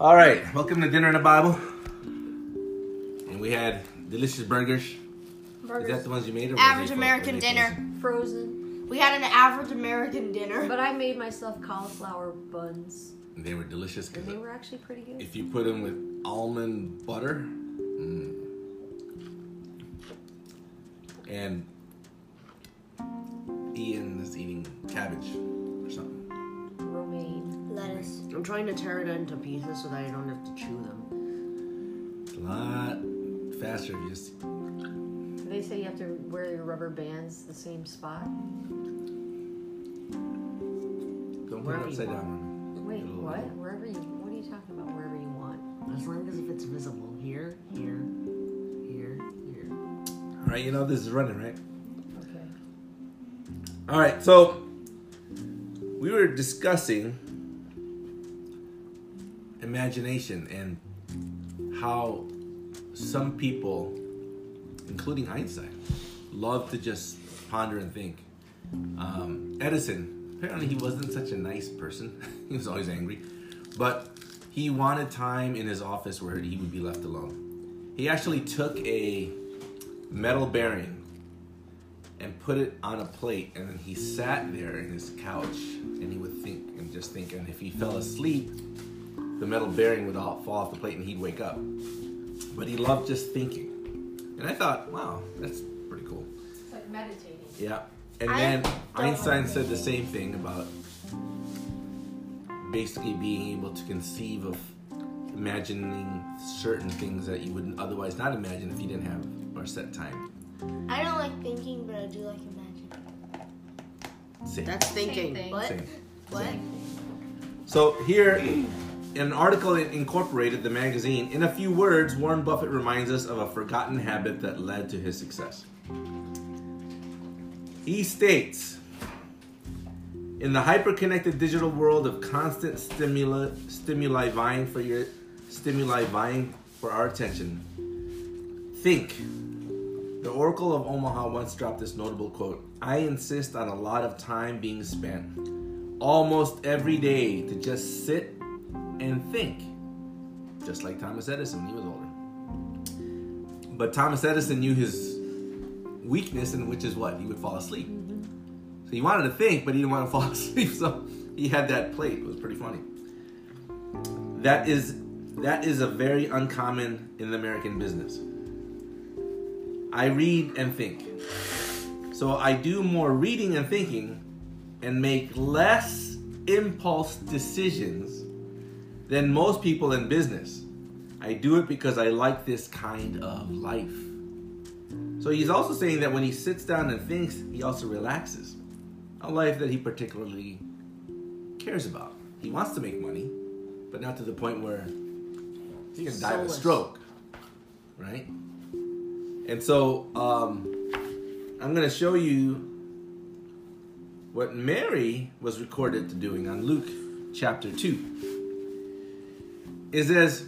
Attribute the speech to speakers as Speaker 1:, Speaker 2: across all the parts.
Speaker 1: All right, welcome to Dinner in the Bible. And we had delicious burgers. Is
Speaker 2: Burgers.
Speaker 1: that the ones you made? Or was
Speaker 3: Average
Speaker 1: they-
Speaker 3: American
Speaker 1: were they
Speaker 3: dinner.
Speaker 2: Frozen.
Speaker 3: We had an average American dinner.
Speaker 2: But I made myself cauliflower buns,
Speaker 1: frozen? They were delicious
Speaker 2: and they
Speaker 1: because
Speaker 2: were actually pretty good.
Speaker 1: if you put them with almond butter mm. and Ian is eating cabbage or something.
Speaker 2: Romaine.
Speaker 3: Lettuce.
Speaker 4: I'm trying to tear it into pieces so that I don't have to chew them.
Speaker 1: It's a lot faster if you just
Speaker 2: They say you have to wear your rubber bands the same spot.
Speaker 1: don't put it
Speaker 4: Wherever you
Speaker 1: upside
Speaker 4: want.
Speaker 1: down.
Speaker 2: Wait,
Speaker 1: It'll-
Speaker 2: what? Wherever you? What are you talking about? Wherever you want.
Speaker 4: As long as if it's visible. Here, here, here, here.
Speaker 1: All right, you know this is running, right?
Speaker 2: Okay.
Speaker 1: All right, so we were discussing imagination and how some people, including Einstein, love to just ponder and think. Um, Edison, apparently, he wasn't such a nice person. he was always angry, but he wanted time in his office where he would be left alone. He actually took a metal bearing and put it on a plate and then he sat there in his couch and he would think and just think and if he fell asleep the metal bearing would all fall off the plate and he'd wake up but he loved just thinking and i thought wow that's pretty cool
Speaker 2: It's like meditating.
Speaker 1: yeah and
Speaker 3: I
Speaker 1: then
Speaker 3: don't-
Speaker 1: einstein said the same thing about basically being able to conceive of imagining certain things that you wouldn't otherwise not imagine if you didn't have our set time
Speaker 3: I don't like thinking, but I do like imagining.
Speaker 1: Same.
Speaker 4: That's thinking.
Speaker 2: thing.
Speaker 3: What?
Speaker 1: Same.
Speaker 3: What?
Speaker 1: So here, an article in Incorporated, the magazine, in a few words, Warren Buffett reminds us of a forgotten habit that led to his success. He states, in the hyperconnected digital world of constant stimuli, stimuli vying for your stimuli vying for our attention, think. The Oracle of Omaha once dropped this notable quote: "I insist on a lot of time being spent." almost every day to just sit and think, just like Thomas Edison when he was older. But Thomas Edison knew his weakness, and which is what he would fall asleep. So he wanted to think, but he didn't want to fall asleep. So he had that plate. It was pretty funny. That is that is a very uncommon in the American business. I read and think. So I do more reading and thinking and make less impulse decisions than most people in business. I do it because I like this kind of life. So he's also saying that when he sits down and thinks, he also relaxes. A life that he particularly cares about. He wants to make money, but not to the point where he can die of a
Speaker 4: Solace.
Speaker 1: stroke, right? And so um, I'm going to show you what Mary was recorded to doing on Luke chapter 2. It says,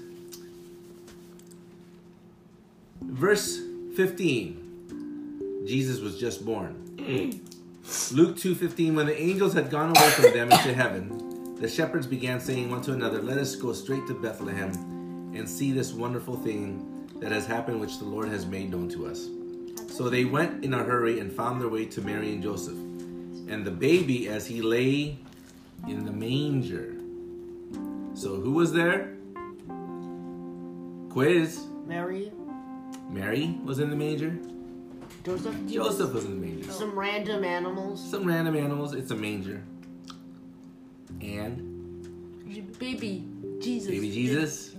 Speaker 1: verse 15, Jesus was just born. Luke 2:15 when the angels had gone away from them into heaven the shepherds began saying one to another let us go straight to Bethlehem and see this wonderful thing that has happened which the Lord has made known to us so they went in a hurry and found their way to Mary and Joseph and the baby as he lay in the manger. So who was there? Quiz.
Speaker 4: Mary,
Speaker 1: Mary was in the manger.
Speaker 4: Joseph, do you
Speaker 1: Joseph was in the manger.
Speaker 4: some random animals.
Speaker 1: Some random animals. It's a manger. And
Speaker 2: Baby Jesus.
Speaker 1: baby Jesus.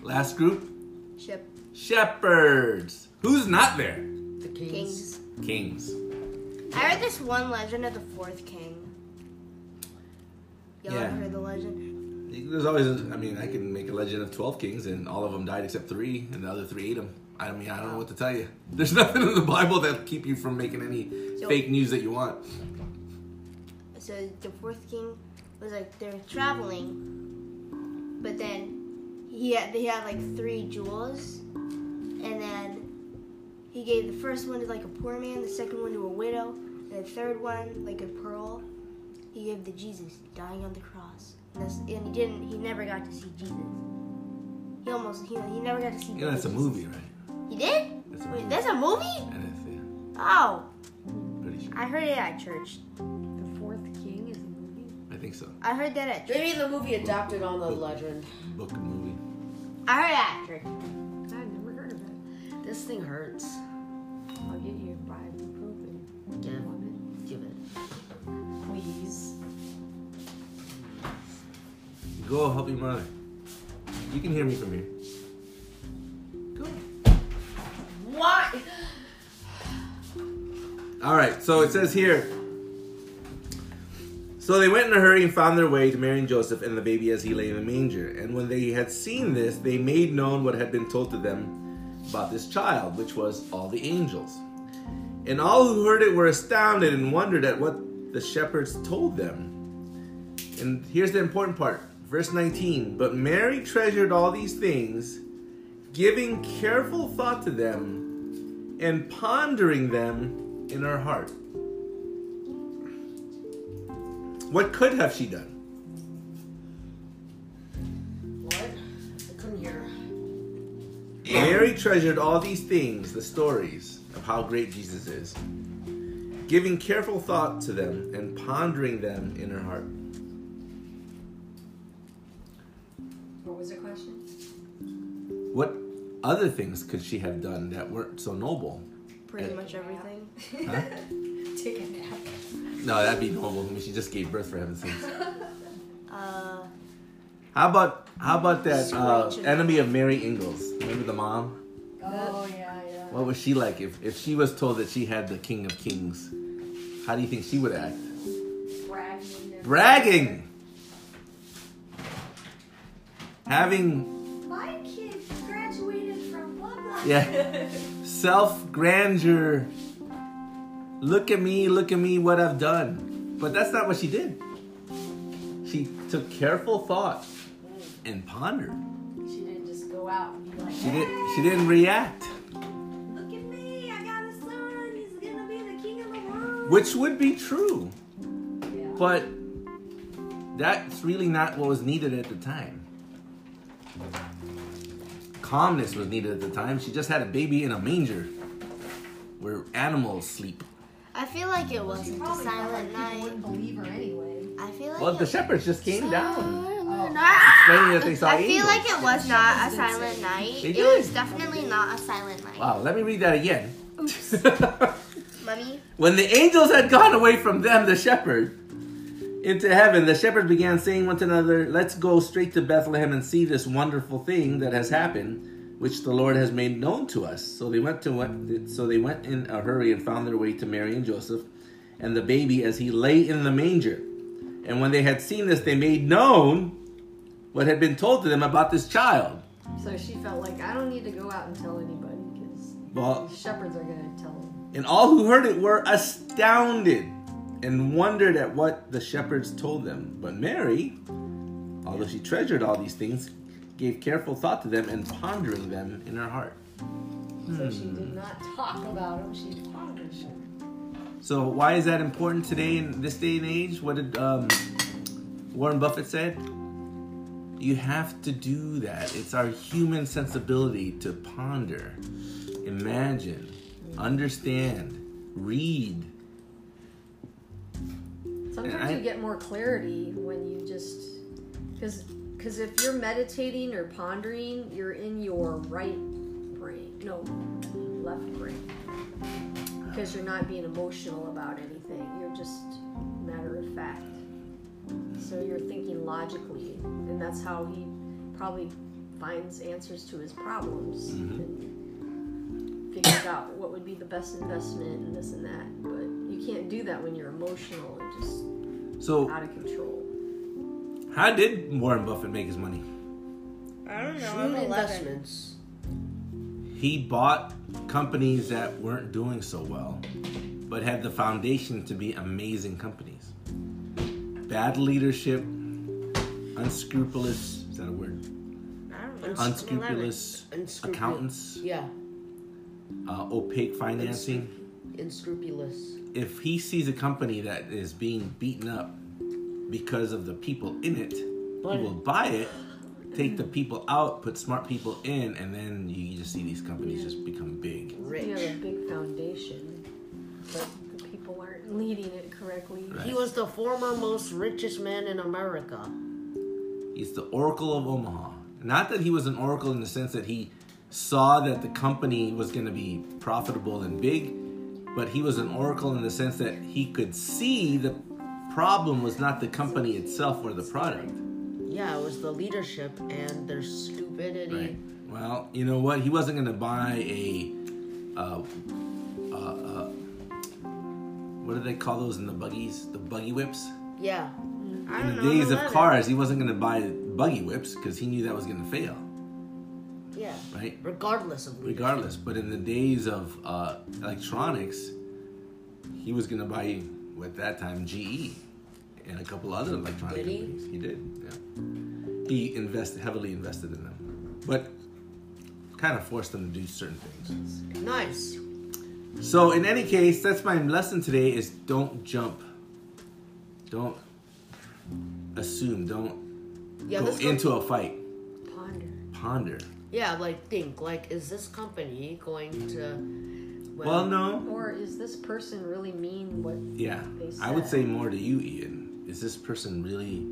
Speaker 1: Last group.
Speaker 3: Ship.
Speaker 1: Shepherds. Who's not there?
Speaker 4: The kings.
Speaker 3: Kings.
Speaker 1: Kings.
Speaker 3: I heard this one legend of the fourth king. Y'all
Speaker 1: Yeah.
Speaker 3: ever heard the legend?
Speaker 1: There's always, I mean, I can make a legend of 12 kings and all of them died except three and the other three ate them. I mean, I don't know what to tell you. There's nothing in the Bible that'll keep you from making any
Speaker 3: So-
Speaker 1: fake news that you want.
Speaker 3: So the fourth king was like they were traveling, but then he had they had like three jewels, and then he gave the first one to like a poor man, the second one to a widow, and the third one like a pearl. He gave to Jesus dying on the cross, and, that's, and he didn't. He never got to see Jesus. He almost he, he never got to see.
Speaker 1: You know, that's a
Speaker 3: bitches.
Speaker 1: movie, right?
Speaker 3: He did?
Speaker 1: That's a movie.
Speaker 3: Wait, that's a movie?
Speaker 1: That is, yeah,
Speaker 3: Oh,
Speaker 1: pretty sure.
Speaker 3: I heard it at church.
Speaker 2: The Fourth King is a movie.
Speaker 1: I think so.
Speaker 3: I heard that at church.
Speaker 5: Maybe the movie adapted on the legend.
Speaker 1: Book and movie.
Speaker 3: I heard it at church.
Speaker 2: I've never heard of it.
Speaker 4: This thing hurts.
Speaker 2: I'll get you five ibuprofen.
Speaker 4: Yeah,
Speaker 2: Want it?
Speaker 4: give it. Please.
Speaker 1: Go help your mother. You can hear me from here. Go.
Speaker 5: What?
Speaker 1: All right, so it says here. So they went in a hurry and found their way to Mary and Joseph and the baby as he lay in the manger. And when they had seen this, they made known what had been told to them about this child, which was all the angels. And all who heard it were astounded and wondered at what the shepherds told them. And here's the important part verse 19 But Mary treasured all these things, giving careful thought to them and pondering them in her heart. What could have she done?
Speaker 4: What? I couldn't hear.
Speaker 1: Mary treasured all these things, the stories of how great Jesus is, giving careful thought to them and pondering them in her heart.
Speaker 5: What was the question?
Speaker 1: What other things could she have done that weren't so noble?
Speaker 3: Pretty
Speaker 1: Uh,
Speaker 3: much everything.
Speaker 1: Huh?
Speaker 5: Take a nap.
Speaker 1: No, that'd be noble. I mean, she just gave birth for heaven's sakes.
Speaker 3: Uh,
Speaker 1: How about how about that uh,
Speaker 3: Screeching.
Speaker 1: enemy of Mary Ingalls? Remember the mom?
Speaker 5: Oh yeah, yeah.
Speaker 1: What was she like if, if she was told that she had the King of Kings? How do you think she would act?
Speaker 5: Bragging.
Speaker 1: Bragging! Having
Speaker 5: My kid graduated from blah blah.
Speaker 1: Yeah. self grandeur. Look at me, look at me, what I've done. But that's not what she did. She took careful thought and pondered.
Speaker 5: she didn't just go out and be like,
Speaker 1: She didn't she didn't react.
Speaker 5: look at me, I got a son, he's gonna be the king of the world.
Speaker 1: Which would be true.
Speaker 5: Yeah.
Speaker 1: But that's really not what was needed at the time. Calmness was needed at the time. She just had a baby in a manger where animals sleep.
Speaker 3: I feel like it
Speaker 6: She
Speaker 3: wasn't the
Speaker 6: probably felt like
Speaker 3: silent
Speaker 6: people
Speaker 3: night.
Speaker 6: wouldn't believe her anyway.
Speaker 3: I feel like
Speaker 1: Well, the
Speaker 3: it
Speaker 1: shepherds just came down.
Speaker 3: Silent
Speaker 1: Explaining that they saw
Speaker 3: I feel
Speaker 1: angels.
Speaker 3: like it was not a silent night.
Speaker 1: They
Speaker 3: It was
Speaker 1: did.
Speaker 3: definitely not a silent night.
Speaker 1: Wow, let me read that again.
Speaker 3: Mummy,
Speaker 1: When the angels had gone away from them, the shepherd, into heaven, the shepherds began saying one to another, Let's go straight to Bethlehem and see this wonderful thing that has happened, which the Lord has made known to us. So they went to so they went in a hurry and found their way to Mary and Joseph and the baby as he lay in the manger. And when they had seen this, they made known what had been told to them about this child.
Speaker 2: So she felt like I don't need to go out and tell anybody because
Speaker 1: Well,
Speaker 2: the shepherds are gonna tell them.
Speaker 1: And all who heard it were astounded and wondered at what the shepherds told them. But Mary, although she treasured all these things, gave careful thought to them and pondering them in her heart.
Speaker 5: So she did not talk about him, she pondered him.
Speaker 1: So why is that important today in this day and age? What did um, Warren Buffett said? You have to do that. It's our human sensibility to ponder, imagine, understand, read.
Speaker 2: Sometimes
Speaker 1: I-
Speaker 2: you get more clarity when you just because because if you're meditating or pondering, you're in your right brain, no, left brain, because you're not being emotional about anything. You're just matter of fact. So you're thinking logically, and that's how he probably finds answers to his problems and figures out what would be the best investment and this and that. But you can't do that when you're emotional and just
Speaker 1: So
Speaker 2: out of control.
Speaker 1: How did Warren Buffett make his money?
Speaker 3: I don't know.
Speaker 5: Shrewd investments.
Speaker 1: He bought companies that weren't doing so well, but had the foundation to be amazing companies. Bad leadership, unscrupulous, is that a word?
Speaker 3: I don't know.
Speaker 1: Unscrupulous
Speaker 5: Unscrupulous.
Speaker 1: accountants,
Speaker 4: Yeah,
Speaker 1: uh, opaque financing.
Speaker 4: unscrupulous.
Speaker 1: If he sees a company that is being beaten up because of the people in it, he
Speaker 4: But-
Speaker 1: will buy it take the people out, put smart people in, and then you just see these companies just become big.
Speaker 2: You have a
Speaker 4: Rich.
Speaker 2: big foundation, but the people aren't leading it correctly.
Speaker 1: Right.
Speaker 4: He was the former most richest man in America.
Speaker 1: He's the Oracle of Omaha. Not that he was an oracle in the sense that he saw that the company was going to be profitable and big, but he was an oracle in the sense that he could see the problem was not the company itself or the product.
Speaker 4: Yeah, it was the leadership and their stupidity.
Speaker 1: Right. Well, you know what? He wasn't going to buy a. Uh, uh, uh, what do they call those in the buggies? The buggy whips?
Speaker 4: Yeah. I
Speaker 1: In
Speaker 4: don't
Speaker 1: the
Speaker 4: know.
Speaker 1: days of
Speaker 4: none it.
Speaker 1: cars, he wasn't going to buy buggy whips because he knew that was going to fail,
Speaker 4: Yeah.
Speaker 1: right?
Speaker 4: Regardless of leadership.
Speaker 1: regardless. But in the days of uh, electronics, he was gonna buy at that time GE and a couple other electronic
Speaker 4: Did he?
Speaker 1: companies. He did. Yeah. He invested heavily invested in them, but kind of forced them to do certain things.
Speaker 4: Nice.
Speaker 1: So in any case, that's my lesson today: is don't jump, don't assume, don't
Speaker 4: Yeah,
Speaker 1: go
Speaker 4: this com-
Speaker 1: into a fight.
Speaker 2: Ponder.
Speaker 1: Ponder.
Speaker 4: Yeah, like think, like is this company going to
Speaker 1: Well, no.
Speaker 2: Or is this person really mean what?
Speaker 1: Yeah,
Speaker 2: they
Speaker 1: I would say
Speaker 2: said.
Speaker 1: more to you, Ian. Is this person really,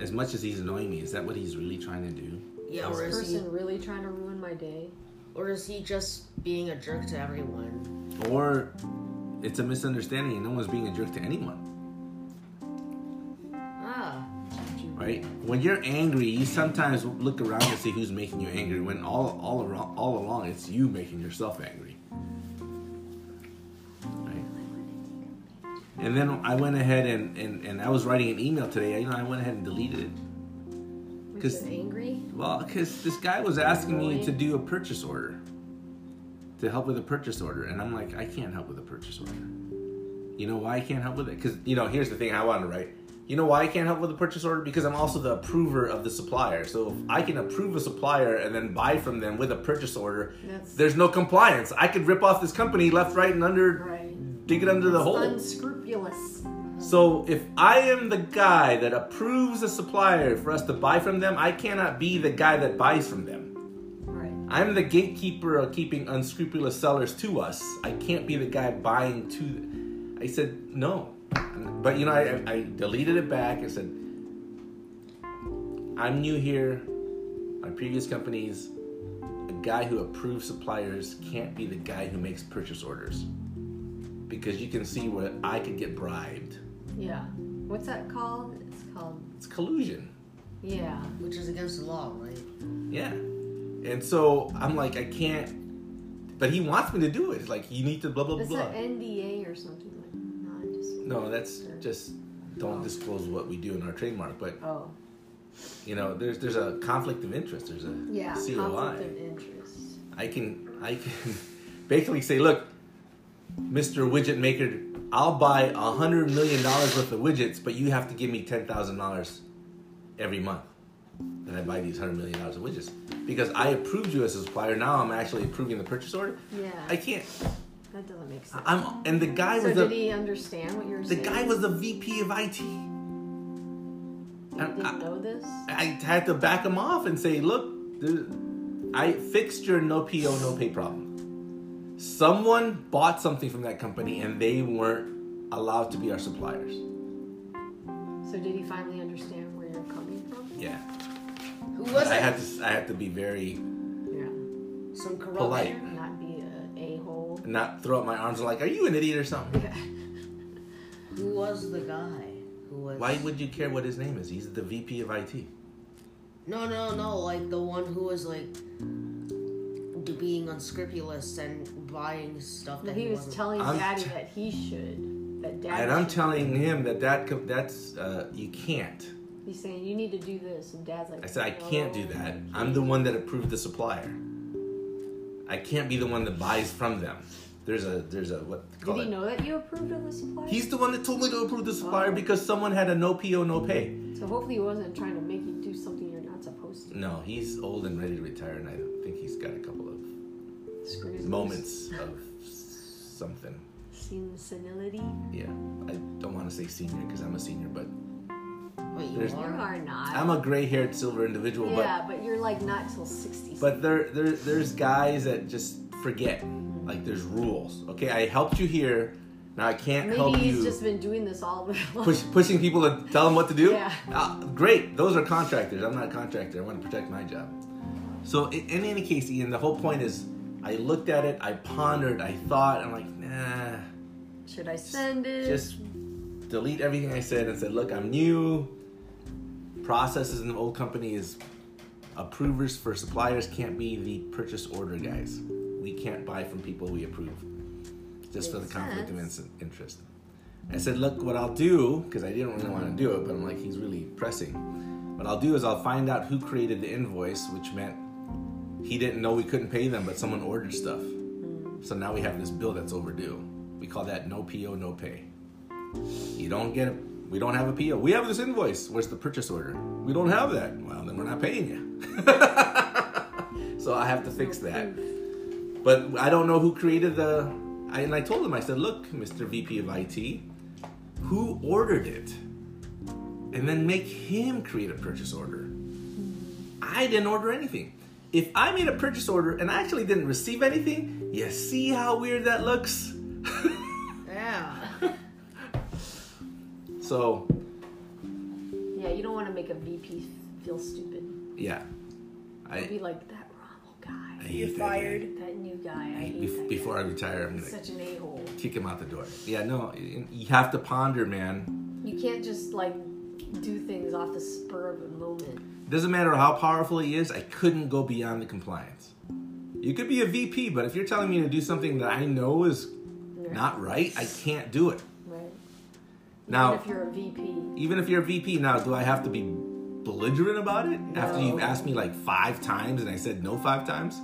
Speaker 1: as much as he's annoying me, is that what he's really trying to do?
Speaker 4: Yeah,
Speaker 2: Is
Speaker 4: or
Speaker 2: this
Speaker 4: is he
Speaker 2: person really trying to ruin my day?
Speaker 4: or is he just being a jerk to everyone?
Speaker 1: Or it's a misunderstanding and no one's being a jerk to anyone,
Speaker 4: Ah.
Speaker 1: right? When you're angry, you sometimes look around and see who's making you angry. When all all around, all along, it's you making yourself angry. Right? And then I went ahead and, and, and I was writing an email today. You know, I went ahead and deleted it.
Speaker 2: Was
Speaker 1: 'Cause-
Speaker 2: you angry?
Speaker 1: Well, because this guy was asking me to do a purchase order, to help with a purchase order, and I'm like, I can't help with a purchase order. You know why I can't help with it? Because you know, here's the thing I want to write. You know why I can't help with a purchase order? Because I'm also the approver of the supplier. So if I can approve a supplier and then buy from them with a purchase order,
Speaker 2: That's-
Speaker 1: there's no compliance. I could rip off this company left, right, and under,
Speaker 2: Right.
Speaker 1: dig it under the
Speaker 2: Oh.
Speaker 1: hole.
Speaker 2: Unscrupulous.
Speaker 1: So if I am the guy that approves a supplier for us to buy from them, I cannot be the guy that buys from them.
Speaker 2: Right.
Speaker 1: I'm the gatekeeper of keeping unscrupulous sellers to us. I can't be the guy buying to. I said no, but you know I, I deleted it back and said I'm new here. My previous companies, a guy who approves suppliers can't be the guy who makes purchase orders because you can see where I could get bribed.
Speaker 2: Yeah. What's that called? It's called.
Speaker 1: It's collusion.
Speaker 2: Yeah.
Speaker 4: Which is against the law, right?
Speaker 1: Yeah. And so I'm like, I can't. But he wants me to do it. It's like, you need to blah, blah,
Speaker 2: It's
Speaker 1: blah.
Speaker 2: an NDA or something like. Non. dis-
Speaker 1: no, that's just don't disclose what we do in our trademark. But,
Speaker 2: Oh.
Speaker 1: you know, there's there's a conflict of interest. There's a
Speaker 2: Yeah.
Speaker 1: COI.
Speaker 2: Conflict of interest.
Speaker 1: I can, I can basically say, look, Mr. Widget Maker, I'll buy $100 million worth of widgets, but you have to give me $10,000 every month. that I buy these $100 million of widgets. Because I approved you as a supplier. Now I'm actually approving the purchase order.
Speaker 2: Yeah.
Speaker 1: I can't.
Speaker 2: that doesn't make sense.
Speaker 1: I'm and the guy
Speaker 2: so
Speaker 1: was
Speaker 2: did
Speaker 1: the,
Speaker 2: he understand what you were
Speaker 1: the
Speaker 2: saying?
Speaker 1: guy was the VP of IT.
Speaker 2: He
Speaker 1: I-
Speaker 2: didn't
Speaker 1: I-
Speaker 2: know this.
Speaker 1: I had to back him off and say, look, there- I fixed your no PO, no pay problem. Someone bought something from that company and they weren't allowed to be our suppliers.
Speaker 2: So did he finally understand where you're coming from?
Speaker 1: Yeah.
Speaker 4: Who
Speaker 1: I
Speaker 4: was it?
Speaker 1: had to I had to be very
Speaker 2: Yeah.
Speaker 4: Some corrupt
Speaker 1: polite.
Speaker 2: Not be a a hole.
Speaker 1: and not throw up my arms like, are you an idiot or something?
Speaker 2: Yeah.
Speaker 4: Who was the guy? Who was
Speaker 1: Why would you care what his name is? He's the VP of IT.
Speaker 4: No no no, like the one who was like d- being unscrupulous and buying stuff
Speaker 2: No,
Speaker 4: that
Speaker 2: he was
Speaker 4: wasn't-
Speaker 2: telling
Speaker 1: I'm
Speaker 2: Daddy
Speaker 1: t-
Speaker 2: that he should. That Daddy.
Speaker 1: And I'm
Speaker 2: should.
Speaker 1: telling him that, that co- that's uh, you can't.
Speaker 2: He's saying you need to do this, and Dad's like.
Speaker 1: I said, I can't do
Speaker 2: "No."
Speaker 1: that. I'm the one that approved the supplier. I can't be the one that buys from them. There's a there's a what they call
Speaker 2: Did
Speaker 1: it.
Speaker 2: he know that you approved of the supply?
Speaker 1: He's the one that told me to approve the supplier because someone had a no PO no pay.
Speaker 2: So hopefully he wasn't trying to make you do something you're not supposed to.
Speaker 1: No, he's old and ready to retire, and I think he's got a couple of
Speaker 2: Screws loose.
Speaker 1: moments of something.
Speaker 2: Seen the senility.
Speaker 1: Yeah, I don't want to say senior because I'm a senior, but
Speaker 4: Wait, you
Speaker 1: There's-
Speaker 2: You
Speaker 4: are?
Speaker 2: are not.
Speaker 1: I'm a gray-haired silver individual,
Speaker 2: yeah, but, you're like not till 60.
Speaker 1: but but there there there's guys that just forget. Like there's rules. Okay, I helped you here. Now I can't
Speaker 2: Maybe
Speaker 1: help
Speaker 2: he's
Speaker 1: you.
Speaker 2: just been doing this all of his life.
Speaker 1: Push, pushing people to tell them what to do.
Speaker 2: Yeah.
Speaker 1: Ah, great. Those are contractors. I'm not a contractor. I want to protect my job. So in, in any case, Ian, the whole point is, I looked at it. I pondered. I thought. I'm like, nah.
Speaker 2: Should I send it?
Speaker 1: just delete everything I said and said, look, I'm new. Processes in the old company is approvers for suppliers can't be the purchase order guys. We can't buy from people we approve. Just for the
Speaker 2: Makes
Speaker 1: conflict of
Speaker 2: sense.
Speaker 1: in- interest. I said, look, what I'll do, because I didn't really want to do it, but I'm like, he's really pressing. What I'll do is I'll find out who created the invoice, which meant he didn't know we couldn't pay them, but someone ordered stuff. So now we have this bill that's overdue. We call that no PO, no pay. You don't get a, we don't have a PO. We have this invoice. Where's the purchase order? We don't have that. Well, then we're not paying you. so I have to fix that. But I don't know who created the, I, and I told him, I said, look, Mr. VP of IT, who ordered it? And then make him create a purchase order. I didn't order anything. If I made a purchase order and I actually didn't receive anything, you see how weird that looks?
Speaker 4: Yeah.
Speaker 1: so,
Speaker 2: Yeah, you don't want to make a VP feel stupid.
Speaker 1: yeah.
Speaker 2: I'd
Speaker 1: I,
Speaker 2: be like that Rommel
Speaker 1: I
Speaker 2: guy,
Speaker 1: hate that guy.
Speaker 2: that new guy. I hate
Speaker 1: Bef-
Speaker 2: that
Speaker 1: before I retire, I'm going
Speaker 2: guy. He's
Speaker 1: to
Speaker 2: such an a hole.
Speaker 1: kick him out the door. Yeah, no, y- you have to ponder, man.
Speaker 2: You can't just like do things off the spur of a moment.
Speaker 1: Doesn't matter how powerful he is, I couldn't go beyond the compliance. You could be a VP, but if you're telling me to do something that I know is
Speaker 2: Right.
Speaker 1: not right, I can't do it.
Speaker 2: Right.
Speaker 1: Now,
Speaker 2: Even if you're a VP,
Speaker 1: even if you're a VP now, do I have to be belligerent about it? After
Speaker 2: No.
Speaker 1: you've asked me like five times and I said no five times?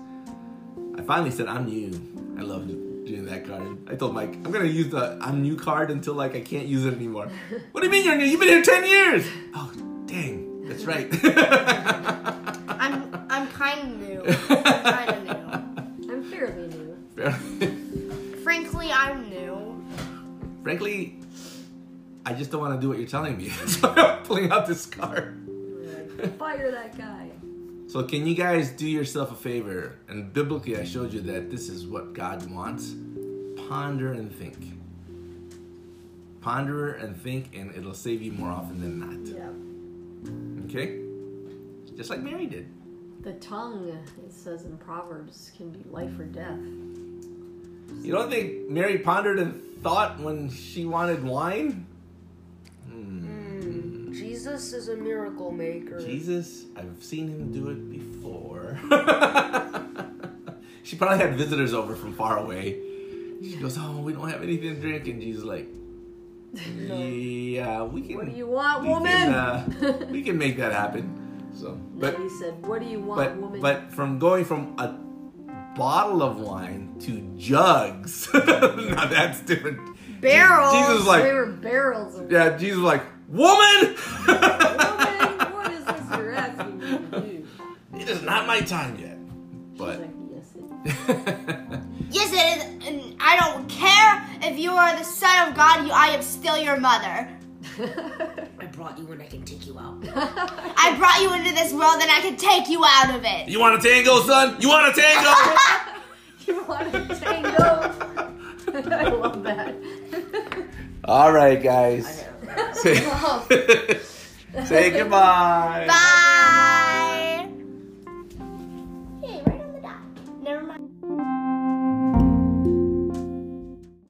Speaker 1: I finally said, I'm new. I love doing that card. I told Mike, I'm gonna use the I'm new card until like I can't use it anymore. what do you mean you're new? You've been here 10 years! Oh, dang. That's right.
Speaker 3: I'm I'm kind of new. kind of
Speaker 2: I'm fairly new.
Speaker 3: new. Frankly, I'm new.
Speaker 1: Frankly, I just don't want to do what you're telling me. so I'm pulling out this card.
Speaker 2: We're like, Fire that guy.
Speaker 1: So, can you guys do yourself a favor? And biblically, I showed you that this is what God wants. Ponder and think. Ponder and think, and it'll save you more often than not.
Speaker 2: Yeah.
Speaker 1: Okay? Just like Mary did.
Speaker 2: The tongue, it says in Proverbs, can be life or death.
Speaker 1: You don't think Mary pondered and thought when she wanted wine?
Speaker 4: Jesus is a miracle maker.
Speaker 1: Jesus, I've seen him do it before. she probably had visitors over from far away. She goes, Oh, we don't have anything to drink. And Jesus, like, Yeah, we can.
Speaker 2: What do you want,
Speaker 1: we
Speaker 2: woman?
Speaker 1: Can, uh, we can make that happen. So, but,
Speaker 2: he said, "What do you want,
Speaker 1: but,
Speaker 2: woman?"
Speaker 1: but from going from a bottle of wine to jugs, now that's different.
Speaker 2: Oh,
Speaker 3: Barrel.
Speaker 1: Jesus was like,
Speaker 2: they were barrels of
Speaker 1: Yeah, Jesus was like, Woman!
Speaker 2: woman. What is this you're asking me to do?
Speaker 1: It is not my time yet.
Speaker 2: She's
Speaker 1: But.
Speaker 2: like, yes, it
Speaker 3: Yes, it is. And I don't care if you are the son of God. You, I am still your mother.
Speaker 4: I brought you and I can take you out.
Speaker 3: I brought you into this world, and I can take you out of it.
Speaker 1: You want a tango, son? You want a tango?
Speaker 2: You want to tango? I love that.
Speaker 1: All right, guys. Say, say goodbye.
Speaker 3: Bye.